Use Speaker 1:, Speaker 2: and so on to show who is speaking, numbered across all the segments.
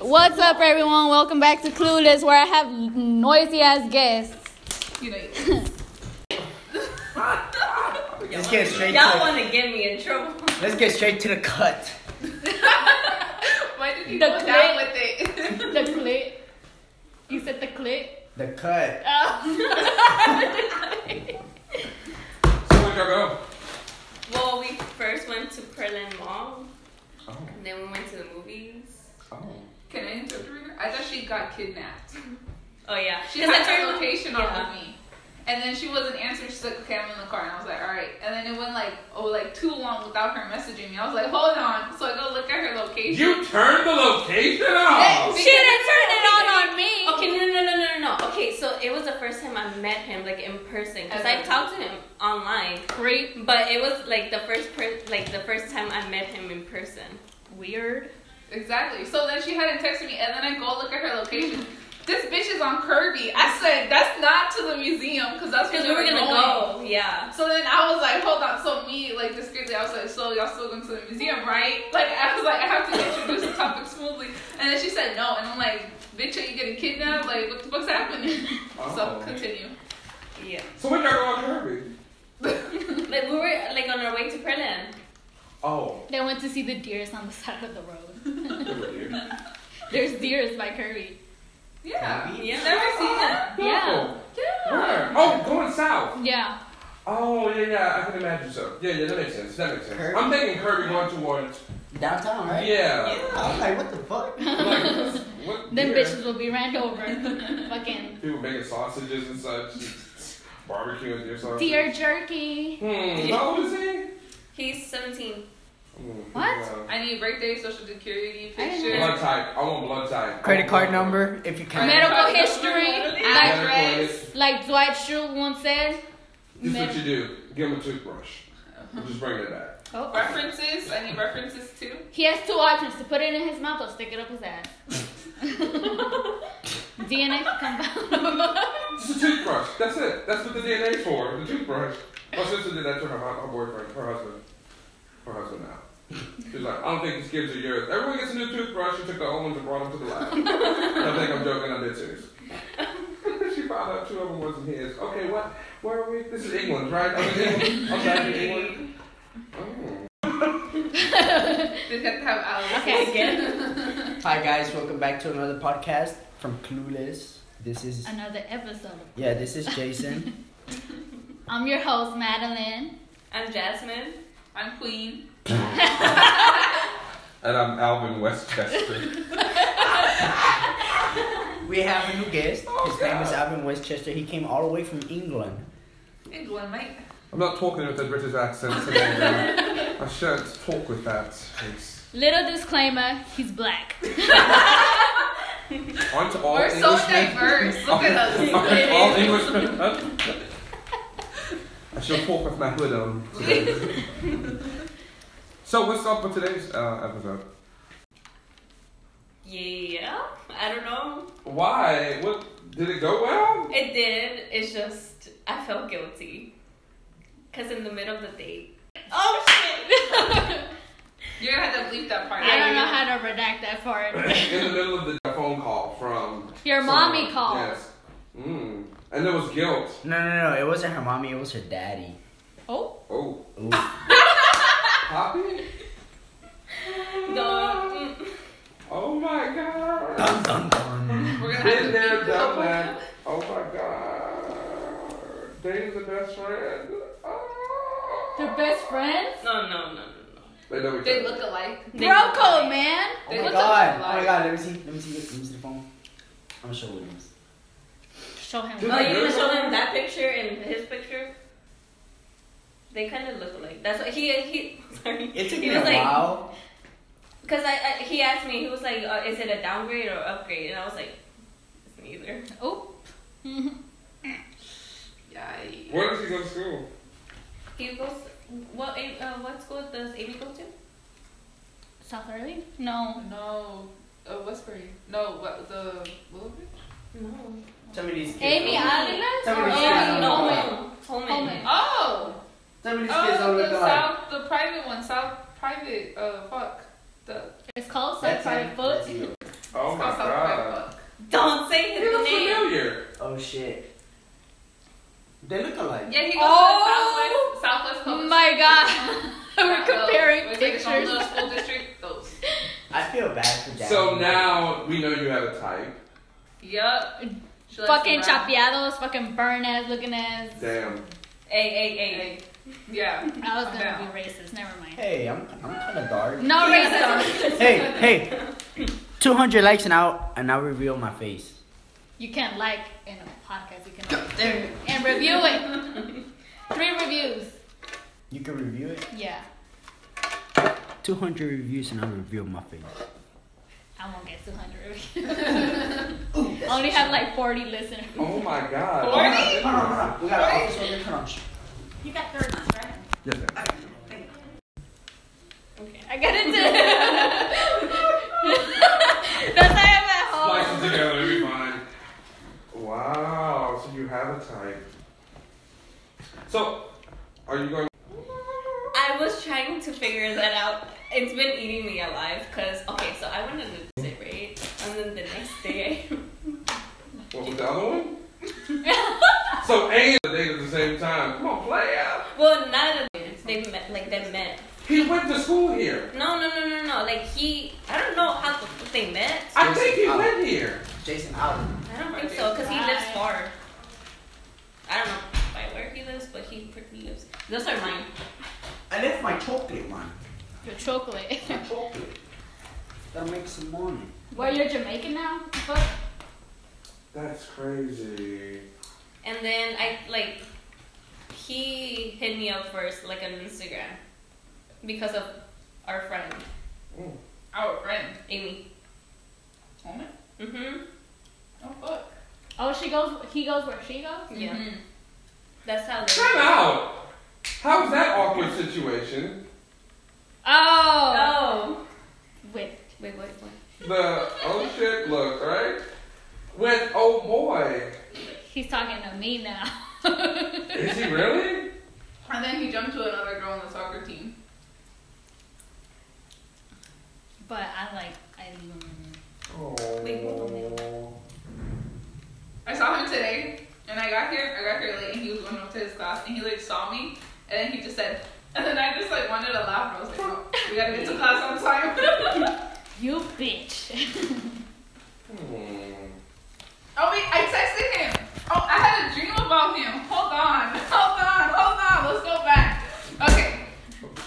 Speaker 1: What's up, everyone? Welcome back to Clueless, where I have noisy ass guests.
Speaker 2: You know,
Speaker 3: Let's get straight
Speaker 2: y'all
Speaker 3: to
Speaker 2: want to get me in trouble.
Speaker 3: the, let's get straight to the cut.
Speaker 2: Why did you
Speaker 1: The
Speaker 2: go down
Speaker 1: clip.
Speaker 2: with it?
Speaker 1: The clit. You said the clit.
Speaker 3: The cut.
Speaker 4: Where'd y'all go?
Speaker 2: well, we first went to Pearland Mall,
Speaker 4: Oh,
Speaker 2: and then we went to the movies.
Speaker 4: oh.
Speaker 5: Can I interrupt you right now? I thought she got kidnapped.
Speaker 2: Oh yeah,
Speaker 5: She had her location
Speaker 2: Yeah.
Speaker 5: off of me. And then she wasn't answering. She's like, okay, I'm in the car. And I was like, all right. And then it went like, oh, like too long without her messaging me. I was like, hold on. So I go look at her location.
Speaker 4: You turned the location
Speaker 2: Oh,
Speaker 4: off.
Speaker 1: She didn't turn it on on me.
Speaker 2: Okay, no, no, no, no, no, no. Okay, so it was the first time I met him, like in person, because I
Speaker 5: Okay.
Speaker 2: talked to him online,
Speaker 1: Creep.
Speaker 2: but it was like the first, per- like the first time I met him in person. Weird.
Speaker 5: Exactly. So then she hadn't texted me. And then I go look at her location. this bitch is on Kirby. I said, that's not to the museum because that's where
Speaker 2: Because we were gonna
Speaker 5: going.
Speaker 2: go. Yeah.
Speaker 5: So then I was like, hold on. So me, like discreetly, I was like, so y'all still going to the museum, right? Like I was like, I have to introduce the topic smoothly. And then she said no, and I'm like, bitch, are you getting kidnapped? Like what the fuck's happening? So
Speaker 4: Oh.
Speaker 5: continue.
Speaker 2: Yeah.
Speaker 4: So when y'all go on Kirby?
Speaker 2: Like we were like on our way to Pearland.
Speaker 4: Oh.
Speaker 1: They went to see the deers on the side of the road.
Speaker 4: they were here.
Speaker 1: There's deers by Kirby.
Speaker 5: Yeah.
Speaker 3: Maybe.
Speaker 2: Uh, Yeah.
Speaker 5: Never seen that.
Speaker 1: Yeah.
Speaker 4: Oh,
Speaker 5: Yeah.
Speaker 4: Where? Oh, going south.
Speaker 1: Yeah.
Speaker 4: Oh, yeah, yeah. I can imagine so. Yeah, yeah. That makes sense. That makes sense.
Speaker 3: Kirby?
Speaker 4: I'm thinking Kirby going towards.
Speaker 3: Downtown, right?
Speaker 4: Yeah.
Speaker 3: I was like, what the fuck?
Speaker 4: Like, what?
Speaker 1: Them
Speaker 4: yeah.
Speaker 1: bitches will be ran over. Fucking
Speaker 4: People making sausages and such. Barbecue and deer sausage.
Speaker 1: deer jerky.
Speaker 4: Hmm. How old is he?
Speaker 2: He's 17.
Speaker 4: Hmm,
Speaker 1: What?
Speaker 4: yeah.
Speaker 5: I need birthday, social security,
Speaker 1: I didn't
Speaker 5: picture,
Speaker 1: know.
Speaker 4: Blood type. I want blood type.
Speaker 3: Credit card number, if you can.
Speaker 1: Medical
Speaker 5: Medical
Speaker 1: history.
Speaker 5: history.
Speaker 1: Like,
Speaker 5: Address.
Speaker 1: like Dwight Schrute once said.
Speaker 4: This is what
Speaker 1: Med-
Speaker 4: you do. Give him a toothbrush.
Speaker 1: Uh-huh.
Speaker 4: Just bring it back.
Speaker 1: Oh.
Speaker 5: references. I need references too.
Speaker 1: He has two options to put it in his mouth or stick it up his ass. DNA can come out.
Speaker 4: It's a toothbrush. That's it. That's what the DNA's for. The toothbrush. My sister did that to her, hu- her boyfriend, her husband, her husband now. She's like, I don't think this gives you yours. Everyone gets a new toothbrush. She took the old ones and brought them to the lab. And I think I'm joking. I'm dead serious. she found out two of them wasn't his. Okay, what? Where are we? This is England, right? I'm in England. I'm back in England. Oh.
Speaker 5: They have to have Alice.
Speaker 1: Okay.
Speaker 3: Hi guys, welcome back to another podcast from Clueless. This is
Speaker 1: Another episode.
Speaker 3: yeah, this is Jason.
Speaker 1: I'm your host, Madeline.
Speaker 2: I'm Jasmine.
Speaker 5: I'm Queen.
Speaker 4: And I'm Alvin Westchester.
Speaker 3: we have a new guest.
Speaker 4: Oh,
Speaker 3: His name is
Speaker 4: God.
Speaker 3: Alvin Westchester. He came all the way from England.
Speaker 5: Good one, mate.
Speaker 4: I'm not talking with a British accent today. man. I shan't talk with that. It's
Speaker 1: Little disclaimer, he's black.
Speaker 4: on to all
Speaker 5: We're so
Speaker 4: Englishmen.
Speaker 5: diverse. Look at
Speaker 4: Okay, all
Speaker 5: us.
Speaker 4: Englishmen. up. I shall talk with my hood on today. so, what's up with today's uh, episode?
Speaker 2: Yeah. I don't know.
Speaker 4: Why? What did it go well?
Speaker 2: It did. It's just I felt guilty. Cause in the middle of the date. Oh shit!
Speaker 5: You're gonna have to bleep that part.
Speaker 1: I don't know how to redact that part.
Speaker 4: In the middle of the phone call from
Speaker 1: Your mommy
Speaker 4: someone.
Speaker 1: called.
Speaker 4: Yes. Mm. And there was guilt.
Speaker 3: No, no, no, it wasn't her mommy. It was her daddy.
Speaker 1: Oh,
Speaker 4: Oh,
Speaker 3: Ooh.
Speaker 4: Poppy?
Speaker 2: the, mm,
Speaker 4: Oh my god.
Speaker 3: dun, dun.
Speaker 5: We're gonna have
Speaker 4: Been
Speaker 5: to
Speaker 4: there,
Speaker 5: bleep this whole
Speaker 4: done
Speaker 5: part.
Speaker 4: that. Oh my god. Dating the best friend. Oh.
Speaker 1: they're best friends?
Speaker 2: no, no, no, no, no.
Speaker 4: They know each
Speaker 5: They
Speaker 4: other.
Speaker 5: look alike.
Speaker 1: Bro code, man.
Speaker 3: Oh
Speaker 5: They
Speaker 3: my
Speaker 5: look
Speaker 3: god! Oh
Speaker 5: alike.
Speaker 3: my god! Let me see. Let me see. Let me see the phone. I'm gonna show Williams.
Speaker 1: Show him.
Speaker 2: Oh, you're gonna show them that picture and his picture? They kind of look alike. That's what he he. Sorry.
Speaker 3: It took
Speaker 2: he
Speaker 3: me a
Speaker 2: was like,
Speaker 3: while.
Speaker 2: Cause I, I he asked me he was like, uh, is it a downgrade or upgrade? And I was like, it's neither.
Speaker 1: Oh.
Speaker 5: Yikes.
Speaker 4: Where does he go to school?
Speaker 2: He goes. What uh, what school does Amy go to?
Speaker 1: South Early? No.
Speaker 5: Oh, No, uh, Westbury. No, what the Willowbridge?
Speaker 2: No.
Speaker 3: Some of these kids.
Speaker 1: Amy
Speaker 3: don't-
Speaker 1: Adidas?
Speaker 3: Somebody
Speaker 1: Or
Speaker 3: said I
Speaker 1: Amy
Speaker 3: don't
Speaker 1: Nolan?
Speaker 3: know.
Speaker 2: Holman.
Speaker 1: Holman.
Speaker 2: Holman.
Speaker 5: Oh,
Speaker 3: some of these kids
Speaker 5: oh,
Speaker 3: don't
Speaker 5: the
Speaker 3: look alike.
Speaker 5: South, the private uh fuck. The
Speaker 1: It's called
Speaker 3: That's
Speaker 1: Certified
Speaker 3: it.
Speaker 1: Foot.
Speaker 3: That's it.
Speaker 4: Oh
Speaker 5: it's
Speaker 4: my
Speaker 5: called Certified
Speaker 4: god.
Speaker 5: fuck.
Speaker 2: Don't say
Speaker 4: He
Speaker 2: his
Speaker 4: looks
Speaker 2: name.
Speaker 4: familiar.
Speaker 3: Oh shit. They look alike.
Speaker 5: Yeah, he goes
Speaker 1: Oh!
Speaker 5: to the Southwest Southwest Coast.
Speaker 1: My God, we're
Speaker 5: Not those.
Speaker 1: comparing
Speaker 5: It's like its own little
Speaker 1: pictures.
Speaker 5: school district. Those.
Speaker 3: I feel bad for Jasmine.
Speaker 4: So now we know you have a type.
Speaker 5: Yup. She likes
Speaker 1: Fucking
Speaker 5: to rap.
Speaker 1: chapeados, fucking burn ass looking ass.
Speaker 4: Damn.
Speaker 2: Hey, hey, hey.
Speaker 5: Hey. Yeah.
Speaker 1: I was
Speaker 5: Yeah.
Speaker 1: gonna be racist. Never mind.
Speaker 3: Hey, I'm I'm kind of dark.
Speaker 1: No
Speaker 5: Yeah.
Speaker 1: racism.
Speaker 3: hey, hey. 200 likes and I'll and I'll reveal my face.
Speaker 1: You can't like in a podcast. You can like and review it. Three reviews.
Speaker 3: You can review it.
Speaker 1: Yeah,
Speaker 3: 200 reviews and I'll reveal my face.
Speaker 1: I won't get 200 reviews. I only have like 40 listeners.
Speaker 4: Oh my god.
Speaker 5: Forty?
Speaker 4: Oh my goodness.
Speaker 3: We got an office over crunch.
Speaker 2: You got 30, right?
Speaker 4: Yes, ma'am.
Speaker 1: Okay, I got it. That's why I'm at
Speaker 5: Oh.
Speaker 4: Slice
Speaker 1: home.
Speaker 4: it together, it'll be fine. Wow, so you have a type. So, are you going?
Speaker 2: I was trying to figure that out. It's been eating me alive because, okay, so I went to lose it, right? And then the next day,
Speaker 4: What was the other one? so, and the date at the same time. Come on, play out.
Speaker 2: well, not a they met, like they met.
Speaker 4: He went to school here.
Speaker 2: No, no, no, no, no. Like he, I don't know how the fuck they met.
Speaker 4: I think he went here.
Speaker 3: Jason Allen.
Speaker 2: I don't think so because he lives far. I don't know by where he lives, but he pretty lives. Those are mine.
Speaker 3: I left my chocolate one.
Speaker 1: Your chocolate.
Speaker 3: My chocolate. Gotta make some money.
Speaker 1: Well, you're Jamaican now? Fuck.
Speaker 4: That's crazy.
Speaker 2: And then I like he hit me up first, like on Instagram, because of our friend
Speaker 4: Mm.
Speaker 5: Our friend.
Speaker 2: Amy.
Speaker 5: Woman?
Speaker 2: Mhm.
Speaker 5: Oh fuck.
Speaker 1: Oh, she goes. He goes where she goes. Mm-hmm.
Speaker 2: Yeah.
Speaker 6: Mm-hmm.
Speaker 5: Mhm.
Speaker 2: That's how they.
Speaker 4: Time out. How was that awkward situation?
Speaker 1: Oh.
Speaker 2: Oh.
Speaker 1: Wait.
Speaker 2: Wait, wait, wait.
Speaker 4: The oh shit look, right? With oh boy.
Speaker 1: He's talking to me now.
Speaker 4: Is he really?
Speaker 5: And then he jumped to another girl on the soccer team.
Speaker 1: but I like. I leave him. alone.
Speaker 2: Wait, hold on,
Speaker 4: Oh.
Speaker 5: I saw him today, and I got here. I got here late, and he was going up to his class, and he like saw me, and then he just said, and then I just like wanted to laugh, and I was like, no, we gotta get to class on time.
Speaker 1: You bitch.
Speaker 4: Hmm.
Speaker 5: oh wait, I texted him. Oh, I had a dream about him. Hold on, hold on, hold on. Let's go back. Okay.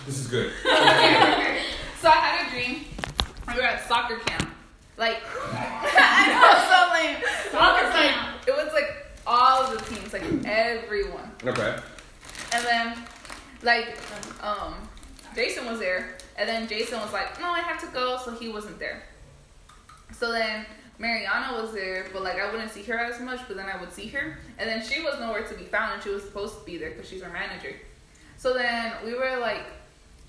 Speaker 4: This is good.
Speaker 5: so I had a dream. We were at soccer camp. Like, I know, it's so lame.
Speaker 1: Soccer
Speaker 5: It was like-
Speaker 1: camp.
Speaker 5: It was like all the teams, like everyone.
Speaker 4: Okay.
Speaker 5: And then, like, um, Jason was there. And then Jason was like, no, I have to go. So he wasn't there. So then Mariana was there, but like, I wouldn't see her as much, but then I would see her. And then she was nowhere to be found, and she was supposed to be there because she's our manager. So then we were like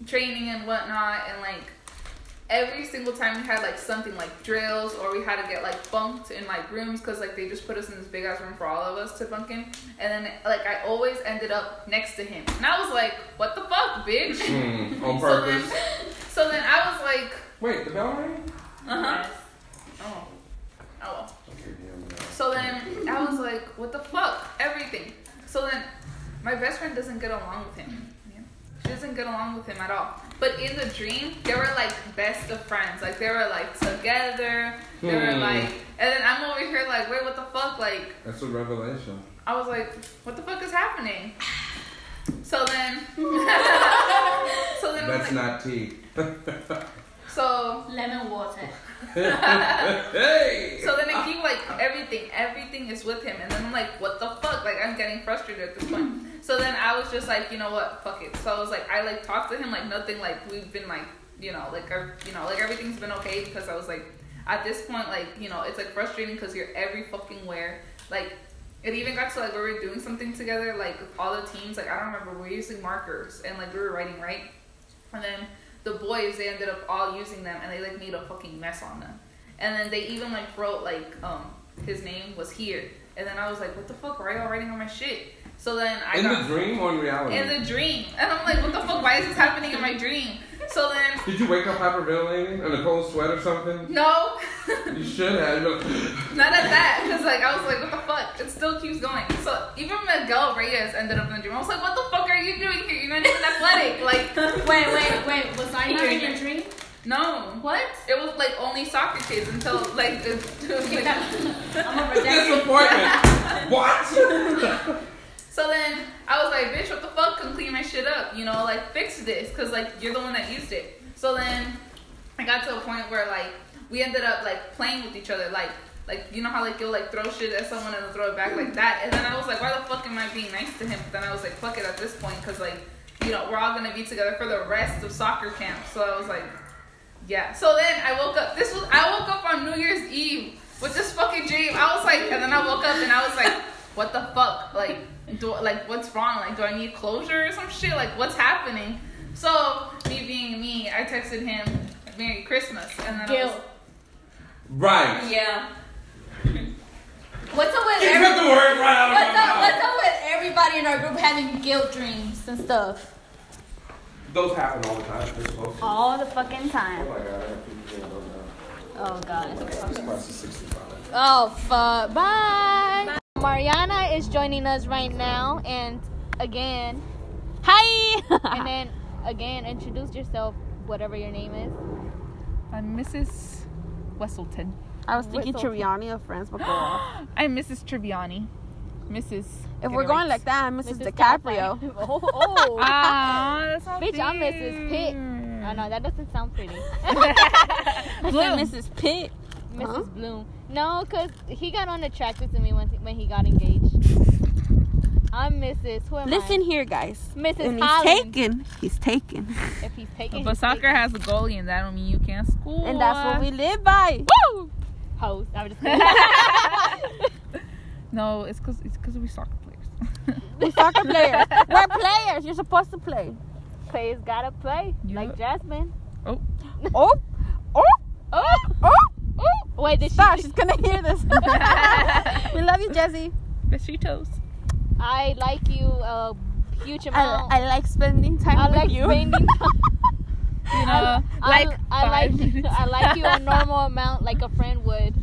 Speaker 5: training and whatnot, and like, Every single time we had like something like drills, or we had to get like bunked in like rooms, cause like they just put us in this big ass room for all of us to bunk in. And then like I always ended up next to him. And I was like, what the fuck, bitch?
Speaker 4: Hmm. On
Speaker 5: So then,
Speaker 4: purpose.
Speaker 5: so then I was like,
Speaker 4: Wait, the bell rang?
Speaker 5: uh huh. Oh. Oh well. So then I was like, what the fuck? Everything. So then my best friend doesn't get along with him. Yeah. She doesn't get along with him at all. But in the dream, they were like best of friends. Like they were like together. They were
Speaker 4: Hmm.
Speaker 5: like, and then I'm over here like, wait, what the fuck? Like,
Speaker 4: That's a revelation.
Speaker 5: I was like, what the fuck is happening? So then, so then I'm like,
Speaker 4: not tea.
Speaker 5: so
Speaker 1: Lemon water.
Speaker 4: hey!
Speaker 5: so then I keep like everything, everything is with him, and then I'm like, what the fuck? Like I'm getting frustrated at this point. So then I was just like, you know what, fuck it. So I was like, I like talked to him like nothing, like we've been like, you know, like our, you know, like everything's been okay because I was like, at this point, like you know, it's like frustrating because you're every fucking where, like. It even got to like where we were doing something together, like with all the teams. Like I don't remember, we were using markers and like we were writing, right? And then the boys they ended up all using them, and they like made a fucking mess on them. And then they even like wrote like um his name was here. And then I was like, what the fuck? Why y'all writing on my shit? So then I
Speaker 4: In the
Speaker 5: got
Speaker 4: dream or in reality?
Speaker 5: in the dream, and I'm like, what the fuck? Why is this happening in my dream? So then,
Speaker 4: Did you wake up hyperventilating in a cold sweat or something?
Speaker 5: no,
Speaker 4: You should have. You're like,
Speaker 5: not at that, because like I was like, what the fuck? It still keeps going. So even Miguel Reyes ended up in the dream. I was like, what the fuck are you doing here? You're not even athletic. Like,
Speaker 1: Wait, wait, wait. Was I not in your dream?
Speaker 5: no.
Speaker 1: What?
Speaker 5: It was like only soccer kids until like the.
Speaker 1: Okay, that- I'm over that.
Speaker 4: disappointment. what?
Speaker 5: So then I was like, bitch, what the fuck? Come clean my shit up, you know, like fix this, cause like you're the one that used it. So then I got to a point where like we ended up like playing with each other, like like you know how like you'll like throw shit at someone and they'll throw it back like that. And then I was like, why the fuck am I being nice to him? But then I was like, fuck it at this point, cause like you know we're all gonna be together for the rest of soccer camp. So I was like, yeah. So then I woke up. This was I woke up on New Year's Eve with this fucking dream. I was like, and then I woke up and I was like, what the fuck? Like, do like what's wrong? Like, do I need closure or some shit? Like, what's happening? So me being me, I texted him Merry Christmas, and then I was,
Speaker 1: Guilt.
Speaker 4: Right.
Speaker 2: Yeah.
Speaker 1: What's up with
Speaker 4: You took the
Speaker 1: every-
Speaker 4: words right out of
Speaker 1: What's
Speaker 4: my
Speaker 1: up?
Speaker 4: mouth.
Speaker 1: What's up with everybody in our group having guilt dreams and stuff
Speaker 4: Those happen all the time. They're supposed to.
Speaker 1: all the fucking
Speaker 4: Oh
Speaker 1: time?
Speaker 4: my god, I have people doing those now.
Speaker 1: Oh god.
Speaker 4: This class is 65.
Speaker 1: Oh fuck. Bye. Mariana is joining us right now and again. Hi. and then again introduce yourself whatever your name is.
Speaker 5: I'm Mrs. Wesselton.
Speaker 6: I was thinking
Speaker 1: Whistle.
Speaker 6: Triviani of France before.
Speaker 5: I'm Mrs. Triviani. Mrs.
Speaker 6: if we're going like that, I'm Mrs. DiCaprio.
Speaker 1: oh, oh.
Speaker 5: Ah, that's
Speaker 1: Bitch, I'm Mrs. Pitt. Oh no, that doesn't sound pretty.
Speaker 6: I said Mrs. Pitt.
Speaker 1: Mrs.
Speaker 6: Huh?
Speaker 1: Bloom. No, cause he got unattracted to me when when he got engaged. I'm Mrs. Who am
Speaker 6: Listen here, guys.
Speaker 1: I? Mrs.
Speaker 6: And he's
Speaker 1: Holland.
Speaker 6: taken. He's taken.
Speaker 1: If he's taking,
Speaker 5: But
Speaker 1: he's taking.
Speaker 5: soccer has a goalie, and that don't mean you can't score.
Speaker 6: And that's what we live by.
Speaker 1: hoes. I'm just kidding.
Speaker 5: No, it's cause it's cause we soccer players.
Speaker 6: We're soccer players. We're players. You're supposed to play.
Speaker 1: Players gotta play, like Jasmine.
Speaker 6: Oh, oh,
Speaker 1: Oh,
Speaker 6: oh.
Speaker 1: wait, did she?
Speaker 6: Stop. She's going to hear this. we love you, Jesse.
Speaker 5: Besitos.
Speaker 1: I like you a huge
Speaker 6: I,
Speaker 1: amount.
Speaker 6: I like spending time
Speaker 1: I
Speaker 6: with
Speaker 1: like
Speaker 6: you.
Speaker 1: spending
Speaker 5: You know,
Speaker 1: I-
Speaker 5: like
Speaker 1: I
Speaker 5: five
Speaker 1: like
Speaker 5: minutes.
Speaker 1: I like you a normal amount, like a friend would.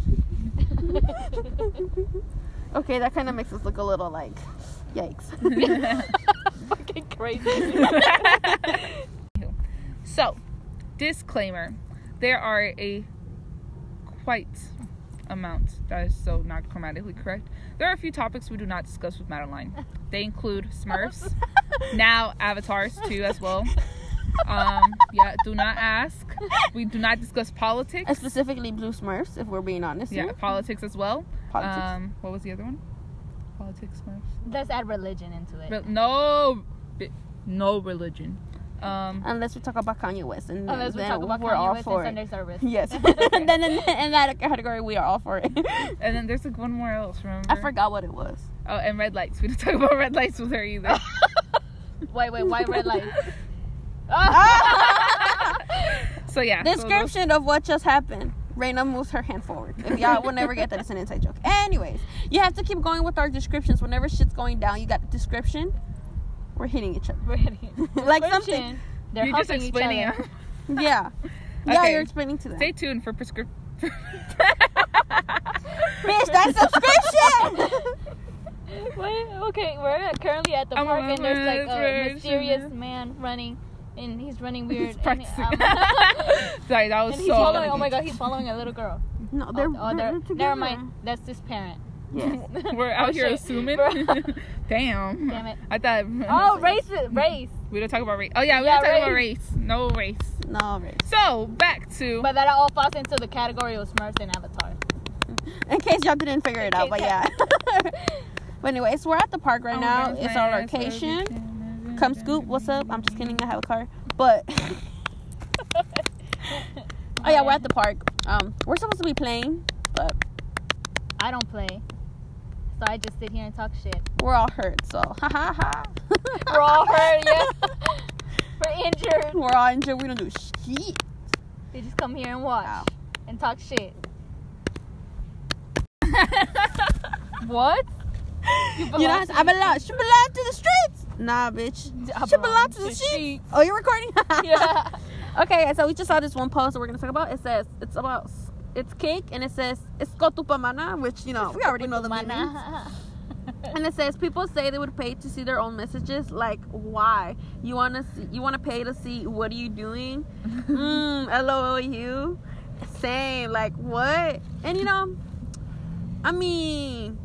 Speaker 6: okay, that kind of makes us look a little like, yikes.
Speaker 1: Fucking crazy.
Speaker 5: so, disclaimer: there are a quite amount that is so not grammatically correct. There are a few topics we do not discuss with Madeline. They include Smurfs, now Avatars too as well. Um, yeah, do not ask. We do not discuss
Speaker 6: And
Speaker 5: politics.
Speaker 6: specifically Blue Smurfs, if we're being honest.
Speaker 5: Yeah,
Speaker 6: here.
Speaker 5: politics as well.
Speaker 6: Politics.
Speaker 5: Um, what was the other one? Politics, Smurfs.
Speaker 1: Let's add religion into it.
Speaker 5: Re- no, bi- no religion. Um,
Speaker 6: Unless we talk about Kanye West, and
Speaker 1: Unless we
Speaker 6: then
Speaker 1: talk about
Speaker 6: we're all
Speaker 1: Kanye West
Speaker 6: for
Speaker 1: and
Speaker 6: it.
Speaker 1: Sunday service.
Speaker 6: Yes. then in, in that category, we are all for it.
Speaker 5: and then there's like one more else. Remember?
Speaker 6: I forgot what it was.
Speaker 5: Oh, and red lights. We didn't talk about red lights with her either.
Speaker 1: Wait, wait, why red light?
Speaker 5: so yeah. so those-
Speaker 6: Description of what just happened. Raina moves her hand forward. If y'all will never get that, it's an inside joke. Anyways, you have to keep going with our descriptions. Whenever shit's going down, you got description. We're hitting each other.
Speaker 1: We're hitting.
Speaker 6: like something.
Speaker 1: They're
Speaker 5: You're just
Speaker 1: helping each
Speaker 5: explaining.
Speaker 1: other.
Speaker 5: it.
Speaker 6: Yeah. Yeah,
Speaker 5: Okay.
Speaker 6: you're explaining to them.
Speaker 5: Stay tuned for prescription.
Speaker 6: Bitch, that's subscription!
Speaker 1: What? Okay, we're currently at the
Speaker 5: I'm
Speaker 1: park
Speaker 5: a
Speaker 1: and there's like a
Speaker 5: murderer.
Speaker 1: mysterious man running, and he's running weird.
Speaker 5: He's
Speaker 1: and-
Speaker 5: practicing.
Speaker 1: um,
Speaker 5: Sorry, that
Speaker 1: and
Speaker 5: was
Speaker 1: he's
Speaker 5: so.
Speaker 1: following. Oh my god, he's following a little girl.
Speaker 6: no, they're,
Speaker 1: Oh, oh, they're,
Speaker 6: they're
Speaker 1: never
Speaker 6: together.
Speaker 1: mind. That's his parent.
Speaker 6: Yes.
Speaker 5: We're out
Speaker 1: Oh,
Speaker 5: here
Speaker 1: shit.
Speaker 5: assuming.
Speaker 1: Bro.
Speaker 5: Damn.
Speaker 1: Damn it.
Speaker 5: I thought.
Speaker 1: Oh, race, race.
Speaker 5: We don't talk about race. Oh yeah, we
Speaker 1: Yeah,
Speaker 5: don't talk about race. No race.
Speaker 6: No, right.
Speaker 5: So back to.
Speaker 1: But that all falls into the category of Smurfs and Avatar.
Speaker 6: In case y'all didn't figure it out, but yeah. but anyways, we're at the park
Speaker 5: Oh,
Speaker 1: Oh
Speaker 6: right now. It's our location. Come scoop, what's up? I'm just kidding, I have a car. But Oh yeah, we're at the park. Um we're supposed to be playing, but
Speaker 1: I don't play, so I just sit here and talk shit.
Speaker 6: we're all hurt, so ha ha ha.
Speaker 1: We're all hurt. Yeah, we're injured.
Speaker 6: We're all injured, we don't do shit.
Speaker 1: They just come here and watch
Speaker 6: Wow.
Speaker 1: and talk shit. what?
Speaker 6: You know, I belong she belong to the streets. Nah bitch.
Speaker 1: I
Speaker 6: She
Speaker 1: belong
Speaker 6: belongs to
Speaker 1: to
Speaker 6: the
Speaker 1: sheets.
Speaker 6: streets. Oh you're recording?
Speaker 1: Yeah.
Speaker 6: Okay, so we just saw this one post that we're gonna talk about. It says it's about it's cake and it says it's cotupamana, which you know we already know the meaning. And it says people say they would pay to see their own messages. Like why? You wanna see, you wanna pay to see what are you doing? mm, lol you. Same. Like what? And you know, I mean,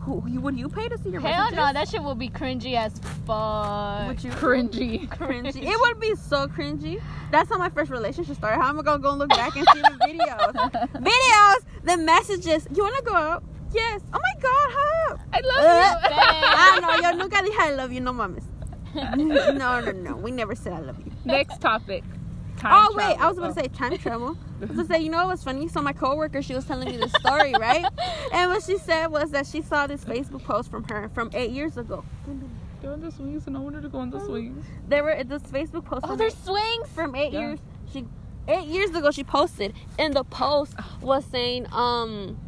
Speaker 6: who, you would you pay to see your
Speaker 1: Hell
Speaker 6: messages?
Speaker 1: no, that shit would be cringy as fuck.
Speaker 6: Would you?
Speaker 1: Cringy.
Speaker 6: cringy. It would be so cringy. That's how my first relationship started. How am I gonna go look back and see the videos? videos, the messages. You wanna go out? Yes. Oh my god, how?
Speaker 1: I
Speaker 5: Oh,
Speaker 6: Uh,
Speaker 1: love
Speaker 6: I don't know. Yo nunca dije I love you. No mames. No, no, no. We never said I love you.
Speaker 1: Next topic.
Speaker 6: oh wait, I was about to say time travel. I was gonna say, you know what's funny? So my coworker, she was telling me this story, right? And what she said was that she saw this Facebook post from her from eight years ago.
Speaker 5: Go on the swings, and I wanted to go
Speaker 6: Oh.
Speaker 5: on the swings.
Speaker 6: There were this Facebook post.
Speaker 1: Oh,
Speaker 6: from
Speaker 1: there's swings.
Speaker 6: from eight
Speaker 5: Yeah.
Speaker 6: years she eight years ago she posted and the post was saying um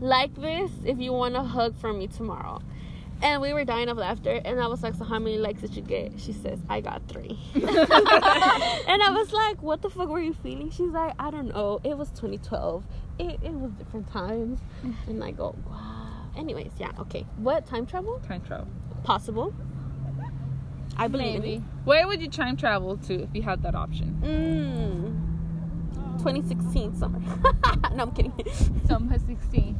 Speaker 6: like this if you want a hug from me tomorrow and we were dying of laughter and i was like so how many likes did you get she says i got three and i was like what the fuck were you feeling she's like i don't know it was 2012 it, it was different times and i go wow anyways yeah okay what time travel
Speaker 5: Time travel.
Speaker 6: possible i believe in it
Speaker 1: Maybe.
Speaker 5: Where would you time travel to if you had that option?
Speaker 6: Mm. 2016 summer. no, I'm kidding.
Speaker 1: Summer 16.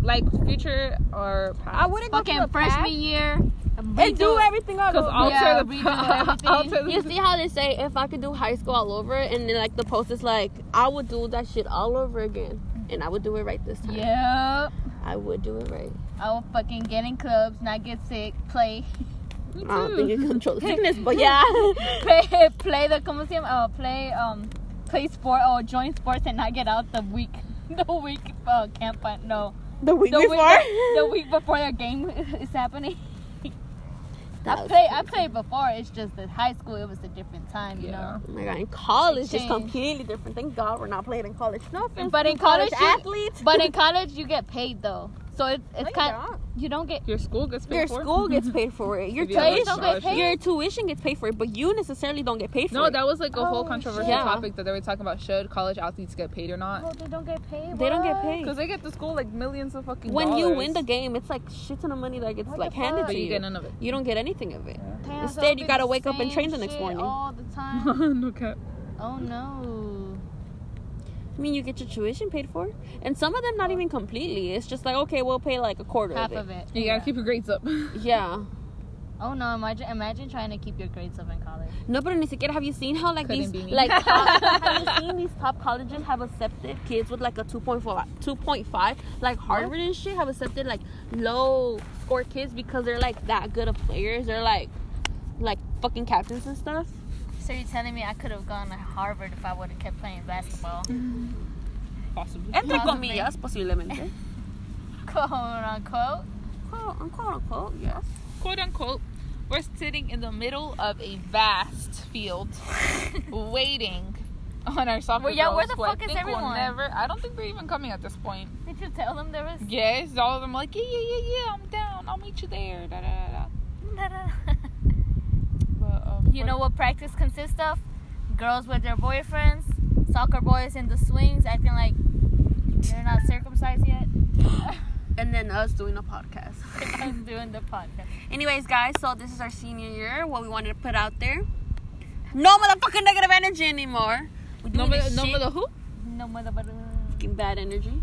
Speaker 5: Like future or past?
Speaker 6: I wouldn't go
Speaker 1: Fucking
Speaker 6: to the
Speaker 1: freshman
Speaker 6: past
Speaker 1: year.
Speaker 6: and do everything all
Speaker 5: Because
Speaker 6: over.
Speaker 5: alter
Speaker 1: Yeah,
Speaker 5: the
Speaker 1: redo everything.
Speaker 5: alter the
Speaker 6: You see how they say if I could do high school all over, and then like the post is like, I would do that shit all over again, and I would do it right this time.
Speaker 1: Yep.
Speaker 6: I would do it right.
Speaker 1: I will fucking get in clubs, not get sick, play,
Speaker 6: I don't think Oh,
Speaker 1: Hmm.
Speaker 6: you control the sickness, but yeah.
Speaker 1: play, play the como se llama? Uh, play um, play sport or join sports and not get out the week, the week uh, camp. uh, No,
Speaker 6: the week
Speaker 1: the
Speaker 6: before.
Speaker 1: week, the week before the game is happening. I
Speaker 6: That was-
Speaker 1: play, I played before. It's just that high school, it was a different time, you know.
Speaker 6: Oh my god, in college is
Speaker 1: Changed.
Speaker 6: completely different. Thank God we're not playing in college. No offense,
Speaker 1: But
Speaker 6: to
Speaker 1: in college, you-
Speaker 6: athletes.
Speaker 1: But in college, you get paid though, so it's
Speaker 6: No,
Speaker 1: it's
Speaker 6: you
Speaker 1: kind.
Speaker 6: don't.
Speaker 1: You don't get.
Speaker 5: Your school gets paid
Speaker 6: your
Speaker 5: for?
Speaker 6: school gets paid for it. Your
Speaker 5: If you have a
Speaker 1: Tuition
Speaker 6: tuition
Speaker 1: don't get
Speaker 5: scholarship.
Speaker 1: paid?
Speaker 6: Your tuition gets paid for it, but you necessarily don't get paid for
Speaker 5: No,
Speaker 6: it.
Speaker 5: that was like a
Speaker 1: Oh,
Speaker 5: whole controversial
Speaker 6: shit.
Speaker 5: topic that they were talking about. Should college athletes get paid or
Speaker 1: Oh,
Speaker 5: not?
Speaker 1: they don't get paid.
Speaker 6: They don't get
Speaker 1: what?
Speaker 6: paid.
Speaker 5: Because they get to school like millions of fucking.
Speaker 6: when you win the
Speaker 5: dollars,
Speaker 6: game, it's like shit ton of money that gets
Speaker 1: What
Speaker 6: like
Speaker 1: the
Speaker 6: handed
Speaker 1: fuck?
Speaker 5: but
Speaker 6: to
Speaker 5: you,
Speaker 6: you.
Speaker 5: get none of it.
Speaker 6: You don't get anything of it.
Speaker 1: Damn,
Speaker 6: Instead,
Speaker 1: so it'll
Speaker 6: you
Speaker 1: be
Speaker 6: gotta
Speaker 1: the
Speaker 6: wake up
Speaker 1: same
Speaker 6: and train the next
Speaker 1: shit
Speaker 6: morning.
Speaker 1: All the time.
Speaker 5: no cap.
Speaker 1: oh no.
Speaker 6: I mean, you get your tuition paid for, and some of them not even completely. It's just like okay, we'll pay like a quarter
Speaker 1: Half
Speaker 6: of
Speaker 1: of
Speaker 6: it.
Speaker 1: it.
Speaker 5: You gotta keep your grades up.
Speaker 6: Yeah.
Speaker 1: Oh no! Imagine, imagine trying to keep your grades up in college.
Speaker 6: No, but ni siquiera have you seen how like
Speaker 5: Couldn't be
Speaker 6: these
Speaker 5: me.
Speaker 6: like top, have you seen these top colleges have accepted kids with like a 2.4 2.5 like Harvard and shit have accepted like low score kids because they're like that good of players. They're like like fucking captains and stuff.
Speaker 1: So you're telling me I could have gone to Harvard if I would have kept playing basketball?
Speaker 5: Possibly.
Speaker 6: Entre
Speaker 1: Possibly.
Speaker 6: comillas, posiblemente.
Speaker 1: Quote unquote.
Speaker 6: quote unquote, yes.
Speaker 5: quote unquote, we're sitting in the middle of a vast field, waiting on our soccer
Speaker 1: Well, yeah, where
Speaker 5: girls,
Speaker 1: the
Speaker 5: who I
Speaker 1: fuck is
Speaker 5: think will
Speaker 1: everyone?
Speaker 5: Never, I don't think they're even coming at this point.
Speaker 1: Did you tell them there was?
Speaker 5: Yes, all of them like, yeah, yeah, yeah, yeah, I'm down. I'll meet you there. Da da da da. But, um,
Speaker 1: you know what practice consists of? Girls with their boyfriends, soccer boys in the swings, acting like they're not circumcised yet.
Speaker 6: And then us doing a podcast.
Speaker 1: I was doing the podcast.
Speaker 6: Anyways, guys, so this is our senior year. What we wanted to put out there. No motherfucking negative energy anymore. We
Speaker 5: no,
Speaker 6: doing this
Speaker 5: no,
Speaker 6: shit.
Speaker 5: no, who?
Speaker 1: No motherfucker.
Speaker 6: Fucking bad energy.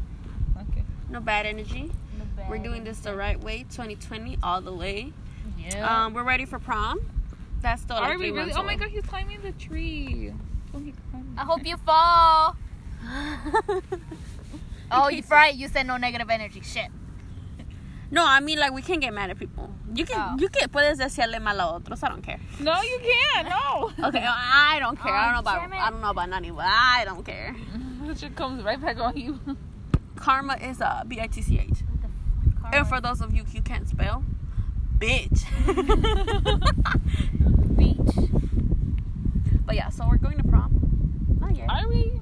Speaker 5: Okay.
Speaker 6: No bad energy.
Speaker 1: No bad.
Speaker 6: We're doing this the right way, 2020 all the way.
Speaker 1: Yeah.
Speaker 6: Um, we're ready for prom. That's still like
Speaker 5: Are we
Speaker 6: three
Speaker 5: really?
Speaker 6: months
Speaker 5: Oh my
Speaker 6: away.
Speaker 5: god, he's climbing the tree. Oh, he climbed.
Speaker 1: I hope you fall. Oh, you right. You said no negative energy. Shit.
Speaker 6: no, I mean like we can't get mad at people. You can
Speaker 1: Oh.
Speaker 6: you can puedes decirle mal a otros. I don't care.
Speaker 5: No, you can't. No.
Speaker 6: Okay, I don't care. I don't know
Speaker 1: Oh,
Speaker 6: about
Speaker 1: damn it.
Speaker 6: I don't know about none of you, but I don't care.
Speaker 5: that shit comes right back on you.
Speaker 6: Karma is a B I T C H. And for those of you who can't spell, bitch.
Speaker 1: beach.
Speaker 6: but yeah, so we're going to prom.
Speaker 1: Oh,
Speaker 6: Not yet.
Speaker 5: Are we?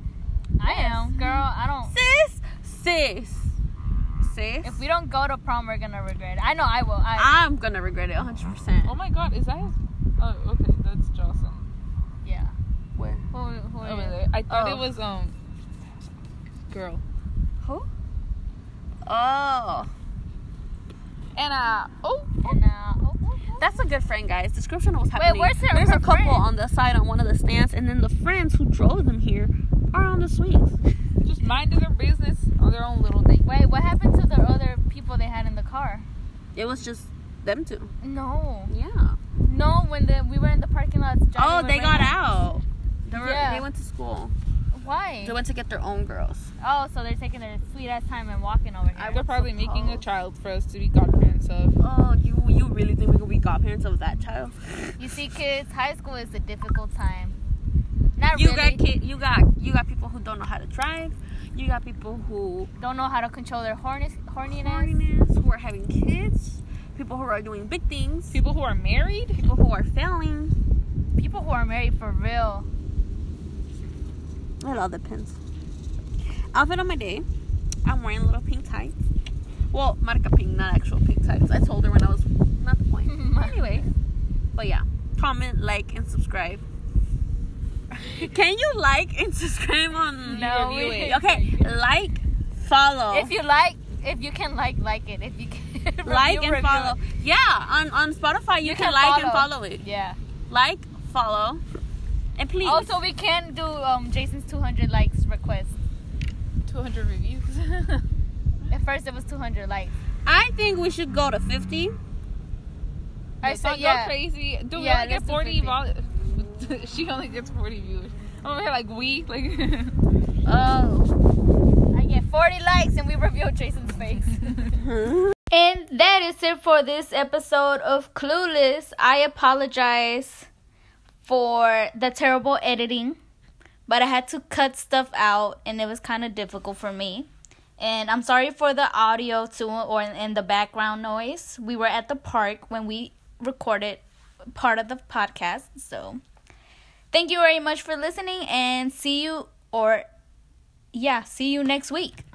Speaker 1: I am, girl. I don't.
Speaker 6: Sis, sis, sis.
Speaker 1: If we don't go to prom, we're gonna regret it. I know I will. I
Speaker 6: I'm gonna regret it 100. percent
Speaker 5: Oh my god, is that his? Oh, okay, that's Jocelyn.
Speaker 1: yeah.
Speaker 6: Where?
Speaker 5: I thought
Speaker 6: Oh.
Speaker 5: it was um girl.
Speaker 6: Oh. And uh oh,
Speaker 1: And, uh, oh, oh, oh.
Speaker 6: that's a good friend, guys. Description of what's happening.
Speaker 1: where's her-
Speaker 6: There's
Speaker 1: her
Speaker 6: a couple
Speaker 1: friend?
Speaker 6: on the side on one of the stands, and then the friends who drove them here are on the swings.
Speaker 5: Just minding their business on their own little thing.
Speaker 1: Wait, what happened to the other people they had in the car?
Speaker 6: It was just them two.
Speaker 1: No,
Speaker 6: Yeah.
Speaker 1: no. When the we were in the parking lot. Johnny
Speaker 6: Oh,
Speaker 1: was
Speaker 6: they
Speaker 1: right
Speaker 6: got
Speaker 1: now.
Speaker 6: out. They, were,
Speaker 1: Yeah.
Speaker 6: they went to school.
Speaker 1: Why?
Speaker 6: They went to get their own girls.
Speaker 1: Oh, so they're taking their sweet ass time and walking over here.
Speaker 5: They're probably making a
Speaker 6: suppose.
Speaker 5: child for us to be godparents of.
Speaker 6: Oh, you you really think we could be godparents of that child?
Speaker 1: you see, kids, high school is a difficult time. Not
Speaker 6: You
Speaker 1: really.
Speaker 6: got kid. You got you got people who don't know how to drive. You got people who
Speaker 1: Don't know how to control their horniness. horniness.
Speaker 6: horniness, who are having kids. People who are doing big things.
Speaker 5: People who are married.
Speaker 6: People who are failing.
Speaker 1: People who are married for real.
Speaker 6: It all depends. Outfit on my day. I'm wearing little pink tights. Well, marca pink, not actual pink tights. I told her when I was not the point. anyway, but yeah, comment, like, and subscribe. Can you like and subscribe on?
Speaker 1: No,
Speaker 5: review
Speaker 1: we-
Speaker 5: it.
Speaker 6: Okay, like, follow,
Speaker 1: If you like, if you can like, like it. If you can
Speaker 6: like
Speaker 1: review,
Speaker 6: and
Speaker 1: review
Speaker 6: follow.
Speaker 1: it.
Speaker 6: Yeah, on on Spotify you,
Speaker 1: You
Speaker 6: can,
Speaker 1: can
Speaker 6: like and
Speaker 1: follow.
Speaker 6: follow it.
Speaker 1: Yeah.
Speaker 6: Like, follow, and please.
Speaker 1: Also, we can do um, Jason's 200 likes request.
Speaker 5: 200 reviews.
Speaker 1: At first, it was 200 likes.
Speaker 6: I think we should go to fifty.
Speaker 1: I
Speaker 5: I
Speaker 1: said
Speaker 5: said
Speaker 1: yeah.
Speaker 5: go crazy. Dude,
Speaker 1: Yeah,
Speaker 5: we only get
Speaker 1: let's do
Speaker 5: 40
Speaker 1: 50.
Speaker 5: vol- She only gets 40 viewers. I'm over here like we like
Speaker 6: Oh.
Speaker 1: I get 40 likes and we reveal Jason's face. and that is it for this episode of Clueless. I apologize for the terrible editing, but I had to cut stuff out and it was kind of difficult for me. And I'm sorry for the audio too or in the background noise. We were at the park when we recorded part of the podcast, so Thank you very much for listening and see you or yeah, see you next week.